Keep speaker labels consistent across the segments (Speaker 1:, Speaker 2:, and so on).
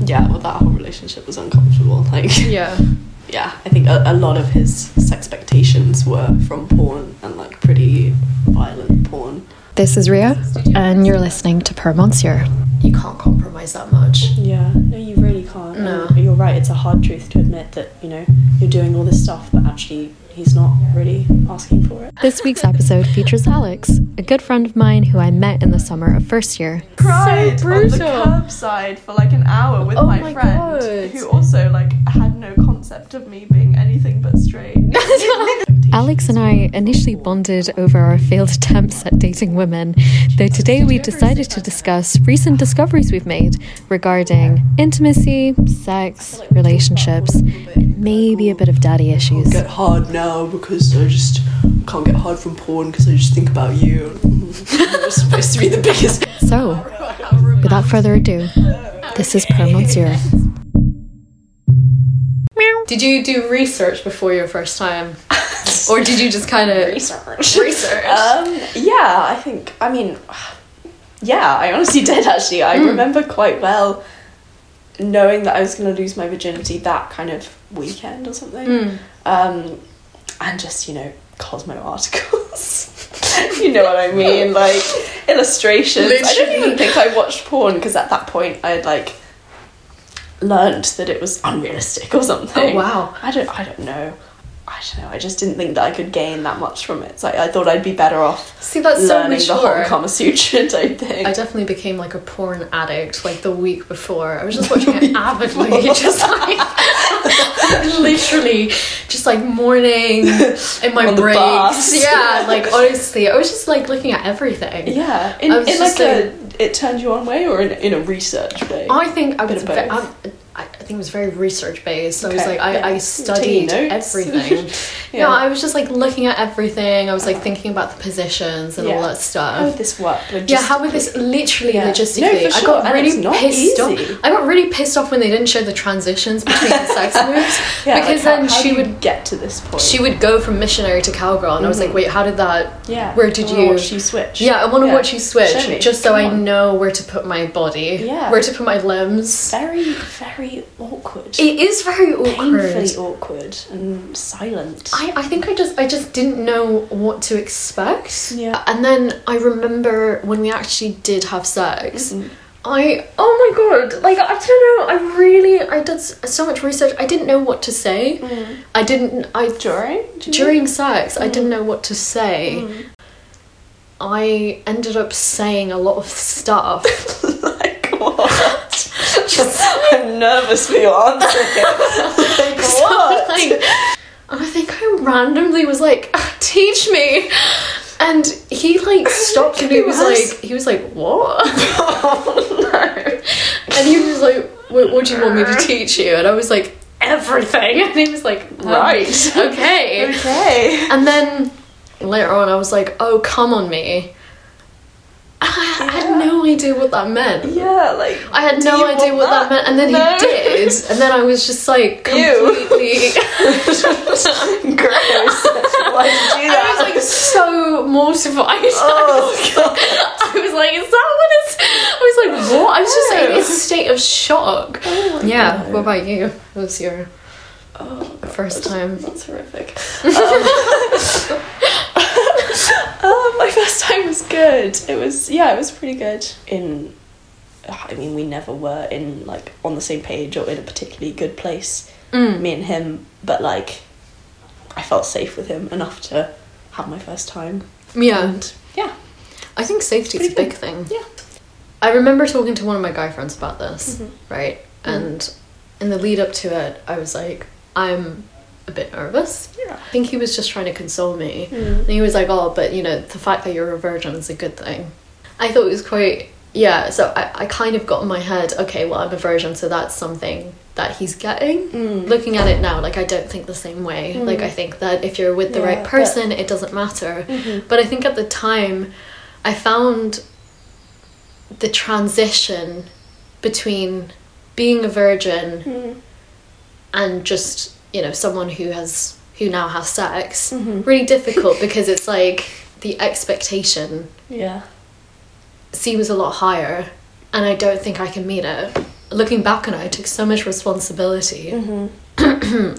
Speaker 1: yeah, well, that whole relationship was uncomfortable. Like,
Speaker 2: Yeah.
Speaker 1: yeah, I think a, a lot of his expectations were from porn and like pretty violent porn.
Speaker 3: This is Ria, and you're listening to Per Monsieur. You can't compromise that much.
Speaker 4: Yeah, no, you really can't.
Speaker 3: No.
Speaker 4: And You're right, it's a hard truth to admit that, you know, you're doing all this stuff, but actually, he's not really asking for it.
Speaker 3: This week's episode features Alex, a good friend of mine who I met in the summer of first year.
Speaker 5: cried on
Speaker 2: brutal.
Speaker 5: the curbside for like an hour with
Speaker 2: Oh
Speaker 5: my,
Speaker 2: my
Speaker 5: friend
Speaker 2: God.
Speaker 5: who also like had no concept of me being anything but straight
Speaker 3: Alex and I initially bonded over our failed attempts at dating women, though today we decided to discuss recent discoveries we've made regarding intimacy, sex, relationships, and maybe a bit of daddy
Speaker 1: I'll
Speaker 3: issues.
Speaker 1: get hard now because I just can't get hard from porn because I just think about you. You're supposed to be the biggest.
Speaker 3: So, without further ado, this is Per Monsieur.
Speaker 2: Did you do research before your first time? or did you just kind of
Speaker 4: Research.
Speaker 2: research?
Speaker 4: Um, yeah, I think, I mean, yeah, I honestly did actually.
Speaker 2: Hmm.
Speaker 4: I remember quite well knowing that I was going to lose my virginity that kind of weekend or something.
Speaker 2: Hmm.
Speaker 4: Um, and just, you know, Cosmo articles. you know what I mean? Like, illustrations. I don't even think I watched porn because at that point I had, like, learnt that it was unrealistic or something.
Speaker 2: Oh, wow.
Speaker 4: I don't, I don't know. I don't know. I just didn't think that I could gain that much from it. So I, I thought I'd be better off
Speaker 2: See, that's so
Speaker 4: learning the whole
Speaker 2: mature.
Speaker 4: Kama Sutra type thing.
Speaker 2: I definitely became like a porn addict like the week before. I was just watching it avidly, just like literally, just like morning in my
Speaker 4: On the
Speaker 2: breaks.
Speaker 4: bus.
Speaker 2: Yeah, like honestly, I was just like looking at everything.
Speaker 4: yeah, in,
Speaker 2: I was
Speaker 4: in
Speaker 2: just
Speaker 4: like a it turned you on way or in, in a research way.
Speaker 2: I think I
Speaker 4: Bit
Speaker 2: was.
Speaker 4: of
Speaker 2: Ve-
Speaker 4: both.
Speaker 2: I'm, I I think it was very research based. So I was
Speaker 4: Okay,
Speaker 2: like, I,
Speaker 4: yeah.
Speaker 2: I
Speaker 4: Taking
Speaker 2: studied
Speaker 4: notes.
Speaker 2: everything.
Speaker 4: Yeah.
Speaker 2: No, I was just like looking at everything. I was like thinking about the positions and
Speaker 4: Yeah.
Speaker 2: all that stuff.
Speaker 4: how would this work?
Speaker 2: Yeah, how would this literally
Speaker 4: Yeah.
Speaker 2: logistically?
Speaker 4: No, for
Speaker 2: I
Speaker 4: sure,
Speaker 2: got
Speaker 4: and
Speaker 2: really
Speaker 4: it's not
Speaker 2: pissed
Speaker 4: easy.
Speaker 2: off. I got really pissed off when they didn't show the transitions between the sex moves
Speaker 4: Yeah, like,
Speaker 2: because
Speaker 4: how-
Speaker 2: then
Speaker 4: how
Speaker 2: she
Speaker 4: do you
Speaker 2: would
Speaker 4: get to this point.
Speaker 2: she would go from missionary to cowgirl, and I was like, wait, how did that?
Speaker 4: yeah. Oh,
Speaker 2: where did
Speaker 4: I wanna
Speaker 2: you?
Speaker 4: watch you switch?
Speaker 2: yeah, I want to
Speaker 4: Mm-hmm. Yeah.
Speaker 2: watch you
Speaker 4: Show me.
Speaker 2: switch just so
Speaker 4: Come
Speaker 2: I
Speaker 4: on.
Speaker 2: know where to put my body,
Speaker 4: Yeah.
Speaker 2: where to put my limbs.
Speaker 4: Very very awkward.
Speaker 2: It is very awkward.
Speaker 4: Painfully awkward and silent.
Speaker 2: I, I think I just I just didn't know what to expect.
Speaker 4: Yeah.
Speaker 2: And then I remember when we actually did have sex.
Speaker 4: Mm-hmm.
Speaker 2: I oh my god! Like I don't know. I really I did s- so much research. I didn't know what to say. I didn't. I
Speaker 4: Mm. during Mm. do you
Speaker 2: during sex I didn't know what to say. I ended up saying a lot of stuff.
Speaker 4: like what? I'm nervous for your answer. here. like what?
Speaker 2: like, I think I randomly was like, "Ah, "Teach me," and he like stopped and he was like, he was like, "What?"
Speaker 4: Oh,
Speaker 2: And he was like, what, "What do you want me to teach you?" And I was like, "Everything." And he was like, um,
Speaker 4: Right.
Speaker 2: okay."
Speaker 4: okay.
Speaker 2: And then later on, I was like, "Oh, come on me." And I I had no idea what that meant.
Speaker 4: Yeah, like
Speaker 2: I had
Speaker 4: do you
Speaker 2: no idea
Speaker 4: want
Speaker 2: what that? meant, and then
Speaker 4: No.
Speaker 2: he did, and then I was just like
Speaker 4: Ew.
Speaker 2: completely.
Speaker 4: Gross. Why did you do
Speaker 2: I
Speaker 4: that?
Speaker 2: was like so mortified.
Speaker 4: oh god.
Speaker 2: I was like, is that what it's? I was like, what? I was just like in a state of shock. yeah.
Speaker 4: Oh,
Speaker 2: What about you? What was your first time?
Speaker 4: That's horrific. Um, um, my first time was good. It was yeah, it was pretty good. In, ugh, I mean, we never were in like on the same page or in a particularly good place. Me and him, but like, I felt safe with him enough to have my first time.
Speaker 2: Yeah,
Speaker 4: Yeah,
Speaker 2: I think safety's a big thing.
Speaker 4: yeah.
Speaker 2: I remember talking to one of my guy friends about this,
Speaker 4: Mm-hmm.
Speaker 2: right? And in the lead up to it, I was like, I'm a bit nervous.
Speaker 4: Yeah.
Speaker 2: I think he was just trying to console me.
Speaker 4: Mm. Mm-hmm.
Speaker 2: And he was like, Oh, but you know, the fact that you're a virgin is a good thing. I thought it was quite, yeah, so I, I kind of got in my head, okay, well, I'm a virgin, so that's something that he's getting. Looking at it now, like, I don't think the same way. Like, I think that if you're with the
Speaker 4: Hmm. Yeah,
Speaker 2: right
Speaker 4: but-
Speaker 2: person, it doesn't matter.
Speaker 4: Mm-hmm.
Speaker 2: But I think at the time, I found the transition between being a virgin
Speaker 4: Mm-hmm.
Speaker 2: and just you know someone who has who now has sex
Speaker 4: Mm-hmm.
Speaker 2: really difficult because it's like the expectation
Speaker 4: Yeah.
Speaker 2: seems a lot higher and i don't think i can meet it looking back on it, I took so much responsibility
Speaker 4: hmm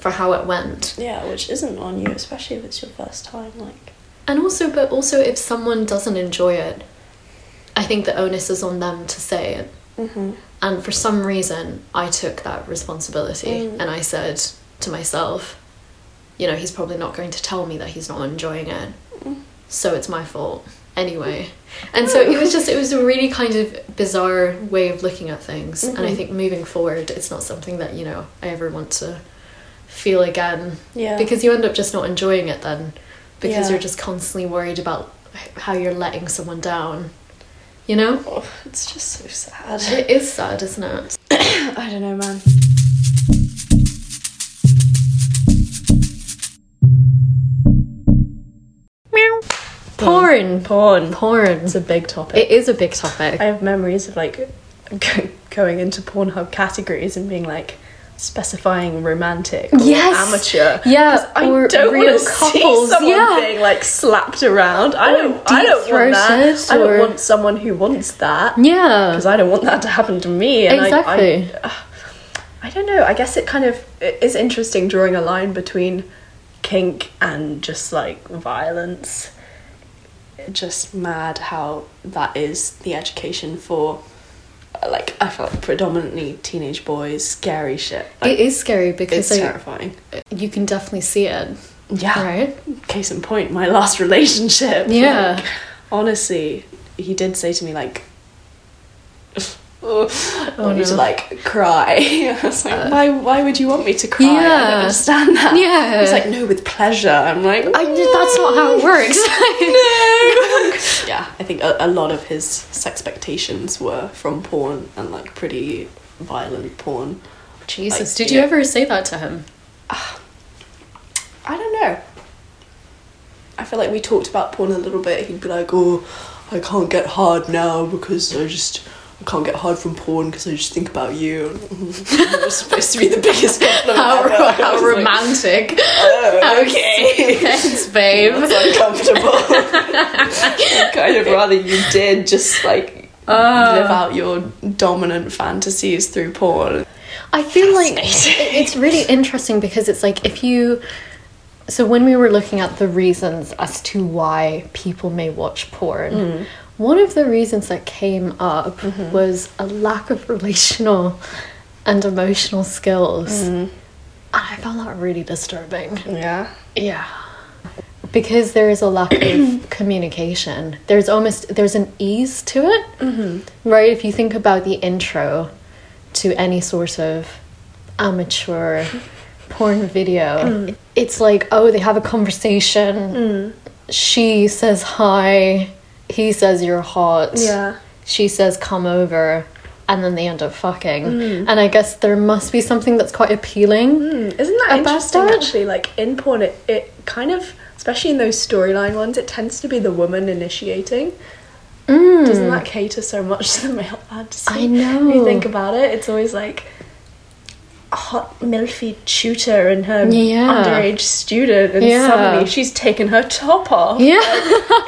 Speaker 2: for how it went.
Speaker 4: Yeah, which isn't on you, especially if it's your first time. Like,
Speaker 2: And also, but also, if someone doesn't enjoy it, I think the onus is on them to say it.
Speaker 4: hmm
Speaker 2: And for some reason, I took that responsibility
Speaker 4: Mm.
Speaker 2: and I said to myself, you know, he's probably not going to tell me that he's not enjoying it.
Speaker 4: Mm.
Speaker 2: So it's my fault anyway. And so it was just, it was a really kind of bizarre way of looking at things. And I
Speaker 4: Mhm.
Speaker 2: think moving forward, it's not something that, you know, I ever want to feel again
Speaker 4: yeah,
Speaker 2: because you end up just not enjoying it then because
Speaker 4: Yeah.
Speaker 2: you're just constantly worried about h- how you're letting someone down. You know?
Speaker 4: Oh, it's just so sad.
Speaker 2: It is sad, isn't it?
Speaker 4: I don't know, man.
Speaker 2: Porn.
Speaker 4: Porn.
Speaker 2: Porn.
Speaker 4: It's a big topic.
Speaker 2: It is a big topic.
Speaker 4: I have memories of like go- going into Pornhub categories and being like specifying romantic or
Speaker 2: Yes.
Speaker 4: amateur.
Speaker 2: yeah,
Speaker 4: I
Speaker 2: or
Speaker 4: don't
Speaker 2: real
Speaker 4: want to see
Speaker 2: couples.
Speaker 4: someone
Speaker 2: yeah.
Speaker 4: being like slapped around. I
Speaker 2: Or
Speaker 4: don't. I don't want that.
Speaker 2: deep-throated
Speaker 4: I
Speaker 2: or-
Speaker 4: don't want someone who wants that
Speaker 2: Yeah.
Speaker 4: because I don't want that to happen to me. And
Speaker 2: Exactly.
Speaker 4: I, I, I don't know. I guess it kind of it is interesting drawing a line between kink and just like violence. Just mad how that is the education for, like I feel like predominantly teenage boys. Scary shit. Like,
Speaker 2: it is scary
Speaker 4: it's Ah.
Speaker 2: because like,
Speaker 4: terrifying.
Speaker 2: you can definitely see it,
Speaker 4: Yeah.
Speaker 2: right?
Speaker 4: Case in point, my last relationship.
Speaker 2: Yeah.
Speaker 4: Like, honestly, he did say to me like. Oh, I want you to
Speaker 2: no. Uh,
Speaker 4: like cry. I was like, why? Why would you want me to cry? I
Speaker 2: Yeah.
Speaker 4: don't understand that.
Speaker 2: Yeah.
Speaker 4: He's like, no, with pleasure. I'm like,
Speaker 2: I, that's not how it works.
Speaker 1: yeah, I think a, a lot of his expectations were from porn and like pretty violent porn.
Speaker 2: Jesus,
Speaker 1: Like,
Speaker 2: did you
Speaker 1: yeah.
Speaker 2: ever say that to him?
Speaker 4: I don't know.
Speaker 1: I feel like we talked about porn a little bit. He'd be like, "Oh, I can't get hard now because I just I can't get hard from porn because I just think about you." You're supposed to be the biggest compliment
Speaker 2: How,
Speaker 1: ever.
Speaker 2: ro-
Speaker 1: I
Speaker 2: how
Speaker 1: was like,
Speaker 2: romantic.
Speaker 1: "Oh,
Speaker 2: okay. Thanks, babe.
Speaker 1: That's uncomfortable. I'd kind of rather you did just like
Speaker 2: Oh.
Speaker 4: Live out your dominant fantasies through porn.
Speaker 2: I feel like it- it's really interesting because it's like if you. So when we were looking at the reasons as to why people may watch porn, one of the reasons that came up was a lack of relational and emotional skills. And I found that really disturbing.
Speaker 4: Yeah.
Speaker 2: Yeah. Because there is a lack of communication. There's almost there's an ease to it. Mm-hmm. Right? If you think about the intro to any sort of amateur porn video, it's like, oh, they have a conversation. She says hi. He says you're hot.
Speaker 4: Yeah.
Speaker 2: She says come over. And then they end up fucking. And I guess there must be something that's quite appealing.
Speaker 4: Hmm, Isn't that
Speaker 2: about
Speaker 4: interesting?
Speaker 2: that?
Speaker 4: Actually, like in porn, it, it kind of, especially in those storyline ones, it tends to be the woman initiating. Doesn't that cater so much to the male fantasy?
Speaker 2: Hmm. I know.
Speaker 4: If you think about it, it's always like a hot milfy tutor and her
Speaker 2: Yeah.
Speaker 4: underage student, and
Speaker 2: Yeah.
Speaker 4: suddenly she's taken her top off.
Speaker 2: Yeah.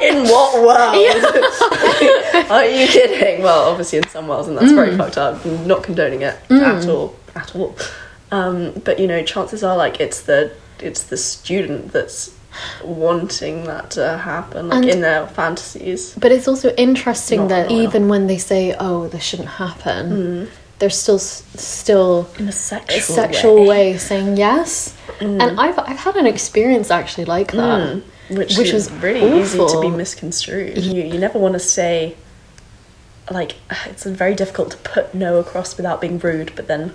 Speaker 4: In what world? Are you kidding? Well, obviously in some worlds, and that's very fucked up. I'm not condoning it at all, at all. Um, but you know, chances are like it's the it's the student that's wanting that to happen, like
Speaker 2: And-
Speaker 4: in their fantasies.
Speaker 2: But it's also interesting
Speaker 4: Not
Speaker 2: that
Speaker 4: loyal.
Speaker 2: even when they say, "Oh, this shouldn't happen," there's still s- still
Speaker 4: In a
Speaker 2: a
Speaker 4: sexual, Hmm.
Speaker 2: sexual way, saying yes. And I've I've had an experience actually like that,
Speaker 4: which,
Speaker 2: which
Speaker 4: is
Speaker 2: was
Speaker 4: really easy to
Speaker 2: awful.
Speaker 4: be misconstrued. You you never want to say like it's very difficult to put no across without being rude, but then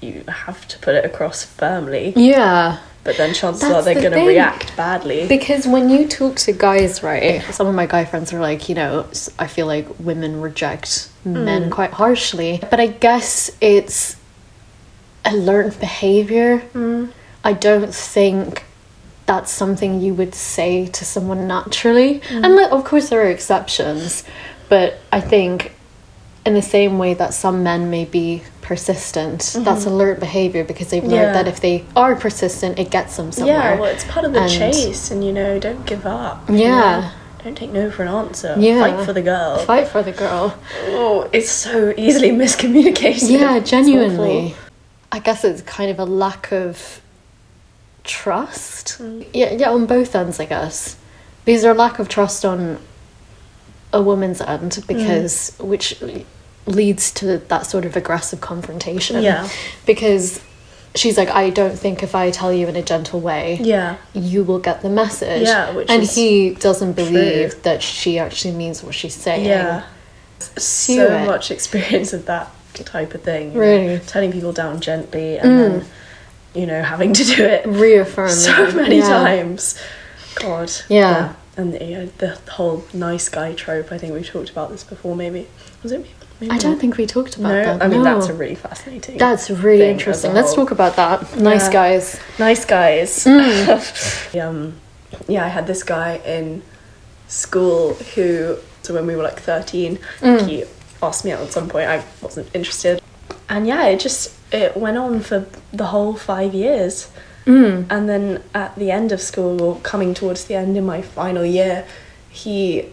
Speaker 4: you have to put it across firmly.
Speaker 2: Yeah,
Speaker 4: But then chances
Speaker 2: That's
Speaker 4: are they're
Speaker 2: the
Speaker 4: going to
Speaker 2: thing.
Speaker 4: react badly.
Speaker 2: because when you talk to guys, right? Some of my guy friends are like, you know, s- I feel like women reject
Speaker 4: Mm.
Speaker 2: men quite harshly, but I guess it's a learned behavior.
Speaker 4: Mm.
Speaker 2: I don't think that's something you would say to someone naturally.
Speaker 4: Mm.
Speaker 2: And like, of course, there are exceptions, but I think in the same way that some men may be persistent, that's a learned behavior because they've learned
Speaker 4: Mm-hmm. Yeah.
Speaker 2: that if they are persistent, it gets them somewhere.
Speaker 4: Yeah, well, it's part of the
Speaker 2: And-
Speaker 4: chase, and you know, don't give up. you
Speaker 2: Yeah.
Speaker 4: know? Don't take no for an answer.
Speaker 2: Yeah.
Speaker 4: Fight for the girl.
Speaker 2: Fight for the girl.
Speaker 4: Oh, it's so easily miscommunicated.
Speaker 2: Yeah,
Speaker 4: It's
Speaker 2: genuinely. I guess it's kind of a lack of trust.
Speaker 4: Mm.
Speaker 2: Yeah, yeah, on both ends, I guess. Because there's a lack of trust on a woman's end,
Speaker 4: Mm.
Speaker 2: because which leads to that sort of aggressive confrontation.
Speaker 4: Yeah.
Speaker 2: Because she's like, I don't think if I tell you in a gentle way,
Speaker 4: awful. Yeah.
Speaker 2: you will get the message.
Speaker 4: Yeah, which
Speaker 2: and
Speaker 4: is
Speaker 2: he doesn't believe
Speaker 4: true.
Speaker 2: that she actually means what she's saying.
Speaker 4: Yeah.
Speaker 2: Do
Speaker 4: So
Speaker 2: it.
Speaker 4: much experience of that type of thing. you know,
Speaker 2: Really. Mm.
Speaker 4: Telling people down gently and then, you know, having to do it
Speaker 2: Reaffirm
Speaker 4: so
Speaker 2: it.
Speaker 4: many
Speaker 2: Yeah.
Speaker 4: times. God.
Speaker 2: Yeah.
Speaker 4: And you know, the whole nice guy trope, I think we've talked about this before, maybe. Was it me? Maybe
Speaker 2: I don't
Speaker 4: not.
Speaker 2: think we talked about
Speaker 4: No,
Speaker 2: that.
Speaker 4: I mean,
Speaker 2: no.
Speaker 4: that's a really fascinating.
Speaker 2: That's really
Speaker 4: thing as
Speaker 2: interesting.
Speaker 4: a
Speaker 2: Let's
Speaker 4: whole.
Speaker 2: talk about that. Nice
Speaker 4: Yeah.
Speaker 2: guys.
Speaker 4: nice guys. um, yeah, I had this guy in school who, so when we were like 13, he asked me out at some point. I wasn't interested. And yeah, it just, it went on for the whole five years. And then at the end of school, or coming towards the end in my final year, he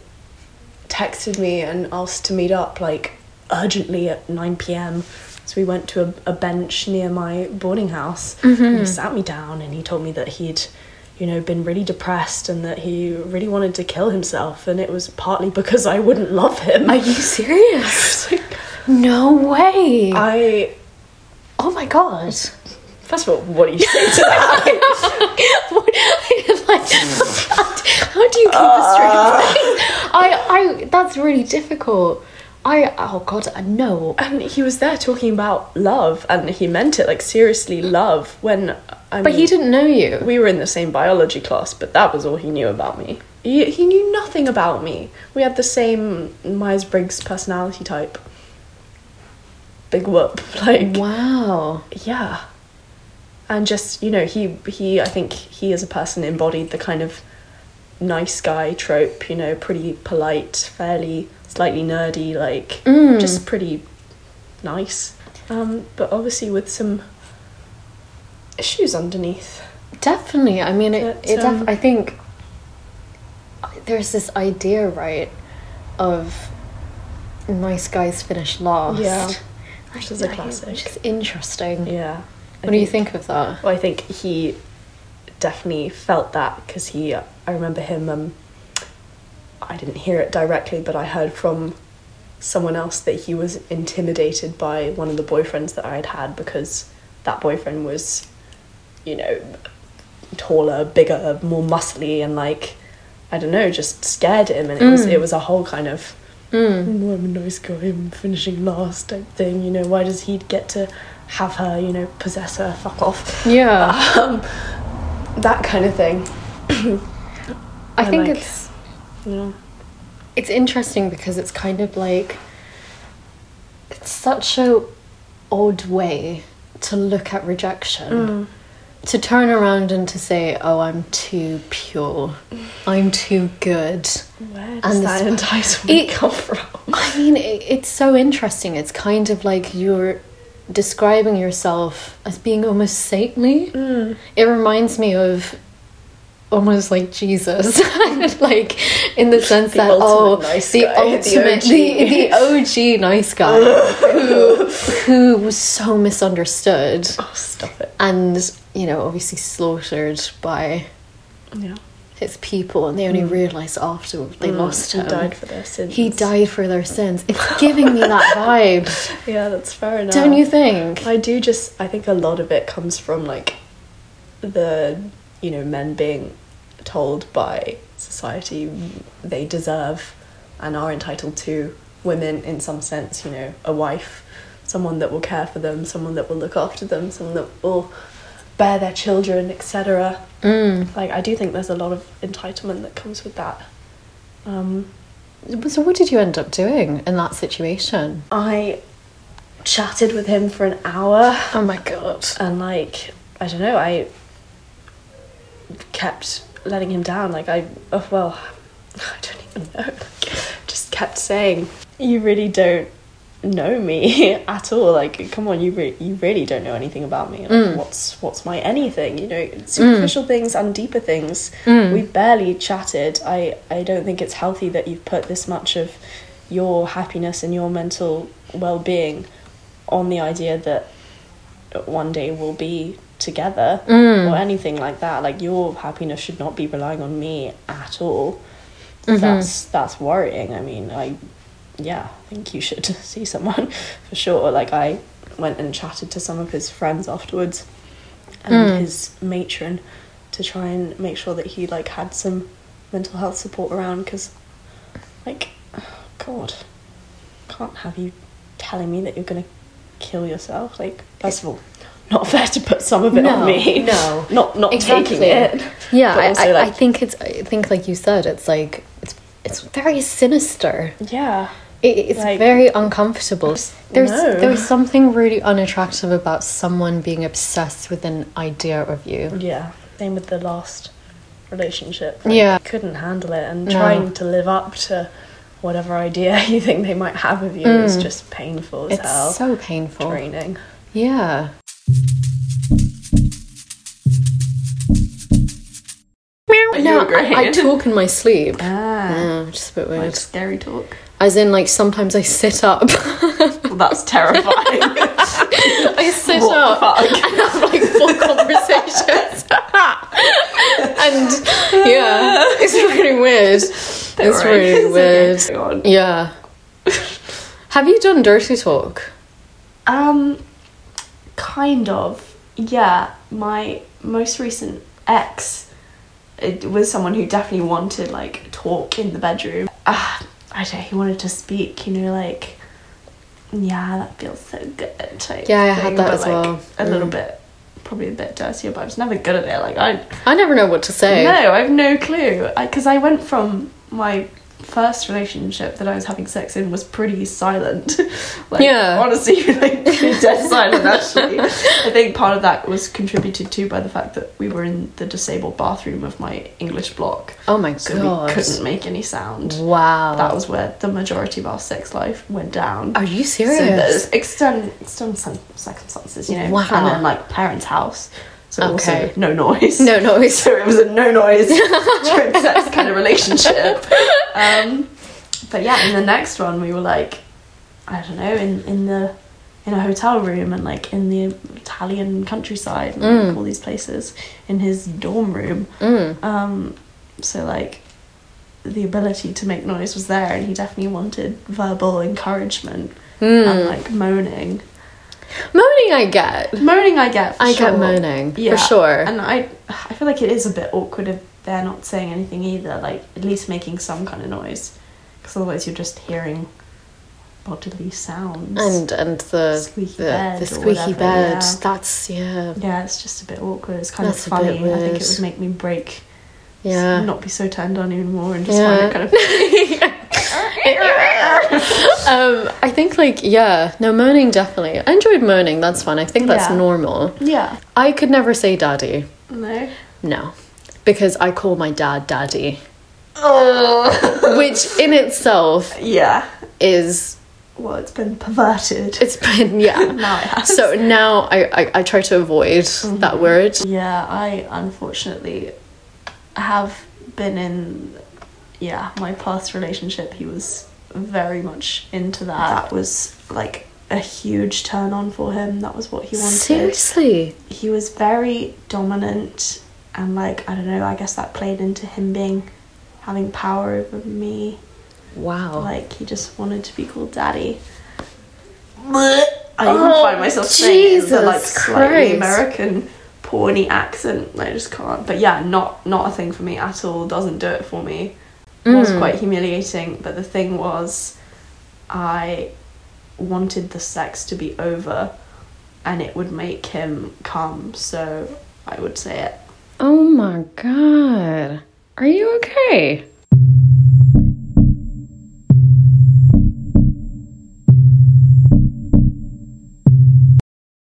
Speaker 4: texted me and asked to meet up like urgently at 9 p.m. So we went to a, a bench near my boarding house and
Speaker 2: Mm-hmm.
Speaker 4: he sat me down and he told me that he'd, you know, been really depressed and that he really wanted to kill himself. And it was partly because I wouldn't love him.
Speaker 2: Are you serious? no way.
Speaker 4: I,
Speaker 2: oh my god.
Speaker 4: first of all, what do you say to that?
Speaker 2: What- like, how do you keep a straight face? I, I, that's really difficult. I, oh god, I know.
Speaker 4: and he was there talking about love and he meant it like seriously love when I
Speaker 2: But
Speaker 4: mean,
Speaker 2: he didn't know you.
Speaker 4: we were in the same biology class, but that was all he knew about me. He, he knew nothing about me. We had the same Myers Briggs personality type. Big whoop, like
Speaker 2: Wow.
Speaker 4: yeah, and just you know he he I think he as a person embodied the kind of nice guy trope, you know, pretty polite, fairly slightly nerdy, like just pretty nice, um, but obviously with some issues underneath.
Speaker 2: Definitely. I mean, it,
Speaker 4: But,
Speaker 2: it def-
Speaker 4: um,
Speaker 2: I think there's this idea, right, of nice guys finish last.
Speaker 4: Yeah.
Speaker 2: Like,
Speaker 4: Which is a
Speaker 2: I- Which
Speaker 4: classic.
Speaker 2: is interesting.
Speaker 4: Yeah. I
Speaker 2: What do you think of that?
Speaker 4: Well, I think he definitely felt that because he, I remember him, um, I didn't hear it directly, but I heard from someone else that he was intimidated by one of the boyfriends that I had had because that boyfriend was, you know, taller, bigger, more muscly, and like, I don't know, just scared him. And it, was, it was a whole kind of, "Oh, I'm a nice guy, I'm finishing last type thing, you know, why does he get to have her, you know, possess her, fuck off
Speaker 2: Yeah.
Speaker 4: um, that kind of thing.
Speaker 2: I think
Speaker 4: like-
Speaker 2: it's
Speaker 4: You know,
Speaker 2: it's interesting because it's kind of like it's such a odd way to look at rejection to turn around and to say oh i'm too pure i'm too good
Speaker 4: where
Speaker 2: does
Speaker 4: does that
Speaker 2: And that this-
Speaker 4: entitlement
Speaker 2: It-
Speaker 4: come from?
Speaker 2: i mean it, it's so interesting it's kind of like you're describing yourself as being almost saintly
Speaker 4: Mm.
Speaker 2: it reminds me of almost like Jesus, like in the sense
Speaker 4: The
Speaker 2: that oh,
Speaker 4: ultimate nice
Speaker 2: the
Speaker 4: guy, the
Speaker 2: ultimate,
Speaker 4: OG.
Speaker 2: the, the OG nice guy who who was so misunderstood
Speaker 4: Oh, stop it.
Speaker 2: and you know obviously slaughtered by
Speaker 4: Yeah.
Speaker 2: his people, and they only realized afterward they lost
Speaker 4: He
Speaker 2: him.
Speaker 4: died for their sins.
Speaker 2: He died for their sins. It's giving me that vibe,
Speaker 4: Yeah, that's fair enough.
Speaker 2: don't you think?
Speaker 4: I do just, I think a lot of it comes from like the, you know, men being told by society they deserve and are entitled to women in some sense, you know, a wife, someone that will care for them, someone that will look after them, someone that will bear their children, etc. Mm. Like, I do think there's a lot of entitlement that comes with that. Um,
Speaker 2: So, what did you end up doing in that situation?
Speaker 4: I chatted with him for an hour.
Speaker 2: Oh my god.
Speaker 4: and like I don't know, I kept letting him down. Like I, oh, well, I don't even know. Just kept saying, "You really don't
Speaker 6: know me at all. Like, come on, you re- you really don't know anything about me. Like,
Speaker 7: Mm.
Speaker 6: What's what's my anything? You know, superficial things and deeper things. We barely chatted. I I don't think it's healthy that you've put this much of your happiness and your mental well being on the idea that one day we'll be together or anything like that. Like your happiness should not be relying on me at all.
Speaker 2: Mm-hmm.
Speaker 6: That's that's worrying. I mean, I yeah, I think you should see someone for sure. Like I went and chatted to some of his friends afterwards and
Speaker 2: Hmm.
Speaker 6: his matron to try and make sure that he like had some mental health support around because like god can't have you telling me that you're gonna kill yourself like first of all not fair to put some of it
Speaker 7: No,
Speaker 6: on me
Speaker 7: no.
Speaker 6: not not taking it
Speaker 2: Yeah,
Speaker 6: But
Speaker 2: I,
Speaker 6: also,
Speaker 2: I, I
Speaker 6: like-
Speaker 2: think it's. I think, like you said, it's like it's it's very sinister.
Speaker 6: yeah
Speaker 2: It, it's
Speaker 6: Like-
Speaker 2: very uncomfortable. There's
Speaker 6: No.
Speaker 2: there's something really unattractive about someone being obsessed with an idea of you.
Speaker 6: Yeah, same with the last relationship.
Speaker 2: Yeah.
Speaker 6: couldn't handle it, and
Speaker 2: No.
Speaker 6: trying to live up to whatever idea you think they might have of you is just painful as
Speaker 2: Mm. It's
Speaker 6: hell.
Speaker 2: so painful.
Speaker 6: draining.
Speaker 2: Yeah. No, I, I talk in my sleep.
Speaker 6: Ah,
Speaker 2: Yeah, just a bit weird.
Speaker 6: scary talk.
Speaker 2: As in, like sometimes I sit up.
Speaker 6: Well, that's terrifying.
Speaker 2: I sit
Speaker 6: What the
Speaker 2: up
Speaker 6: fuck?
Speaker 2: and have like full conversations. and yeah, it's really weird. it's really weird.
Speaker 6: weird.
Speaker 2: Yeah. Have you done dirty talk?
Speaker 4: Um, kind of. Yeah, my most recent ex it was someone who definitely wanted like talk in the bedroom. Ah, I don't. He wanted to speak. You know, like yeah, that feels so good. type
Speaker 2: Yeah, I had that
Speaker 4: but,
Speaker 2: as
Speaker 4: like,
Speaker 2: well. Mm.
Speaker 4: A little bit, probably a bit dirtier, but I was never good at it. Like I
Speaker 2: I never know what to say.
Speaker 4: no, I have no clue. Because I, went from my first relationship that I was having sex in was pretty silent. like,
Speaker 2: Yeah.
Speaker 4: Honestly, like pretty dead silent. Actually, I think part of that was contributed to by the fact that we were in the disabled bathroom of my English block,
Speaker 2: Oh my
Speaker 4: so we
Speaker 2: god.
Speaker 4: couldn't make any sound.
Speaker 2: Wow.
Speaker 4: That was where the majority of our sex life went down.
Speaker 2: Are you
Speaker 4: So
Speaker 2: serious?
Speaker 4: there's external, external cir- circumstances, you know,
Speaker 2: Wow.
Speaker 4: and then like parents' house. So
Speaker 2: Okay.
Speaker 4: also no noise.
Speaker 2: No, no, it's
Speaker 4: So it was a no noise during sex kind of relationship. Um, but yeah, in the next one we were like, I don't know, in, in the in a hotel room and like in the Italian countryside and
Speaker 2: Mm.
Speaker 4: like, all these places in his dorm room. Um, so like the ability to make noise was there and he definitely wanted verbal encouragement
Speaker 2: Hmm.
Speaker 4: and like moaning.
Speaker 2: moaning. I get.
Speaker 4: Moaning I get. For
Speaker 2: I
Speaker 4: sure.
Speaker 2: get moaning for sure.
Speaker 4: And I, I feel like it is a bit awkward if they're not saying anything either. Like at least making some kind of noise, because otherwise you're just hearing bodily sounds.
Speaker 2: and and the
Speaker 4: Squeaky
Speaker 2: the,
Speaker 4: bed
Speaker 2: the
Speaker 4: or
Speaker 2: squeaky
Speaker 4: whatever,
Speaker 2: bed.
Speaker 4: yeah.
Speaker 2: That's yeah,
Speaker 4: yeah, it's just a bit awkward. It's kind
Speaker 2: That's a
Speaker 4: of funny.
Speaker 2: bit
Speaker 4: I think
Speaker 2: weird.
Speaker 4: it would make me break.
Speaker 2: yeah.
Speaker 4: Not be so turned on even more and just find
Speaker 2: Yeah.
Speaker 4: it kind of.
Speaker 2: um, I think like yeah, no moaning definitely. I enjoyed moaning. That's fun. I think that's
Speaker 4: Yeah.
Speaker 2: normal.
Speaker 4: Yeah.
Speaker 2: I could never say daddy.
Speaker 4: No.
Speaker 2: No, because I call my dad daddy, Oh. which in itself
Speaker 4: Yeah.
Speaker 2: is
Speaker 4: Well, it's been perverted.
Speaker 2: it's been yeah.
Speaker 4: Now it has.
Speaker 2: So now I, I, I try to avoid that
Speaker 4: Mm-hmm.
Speaker 2: word.
Speaker 4: Yeah, I unfortunately have been in yeah, my past relationship he was very much into that. That was like a huge turn on for him. That was what he wanted.
Speaker 2: Seriously,
Speaker 4: He was very dominant and like I don't know, I guess that played into him being having power over me.
Speaker 2: wow.
Speaker 4: Like he just wanted to be called daddy. Oh, I even find myself saying it with a, like
Speaker 2: Jesus
Speaker 4: slightly
Speaker 2: Christ.
Speaker 4: American porny accent. I just can't. But yeah, not not a thing for me at all. Doesn't do it for me. Was quite humiliating. But the thing was, I wanted the sex to be over, and it would make him come. So I would say it.
Speaker 2: Oh my god. Are you okay?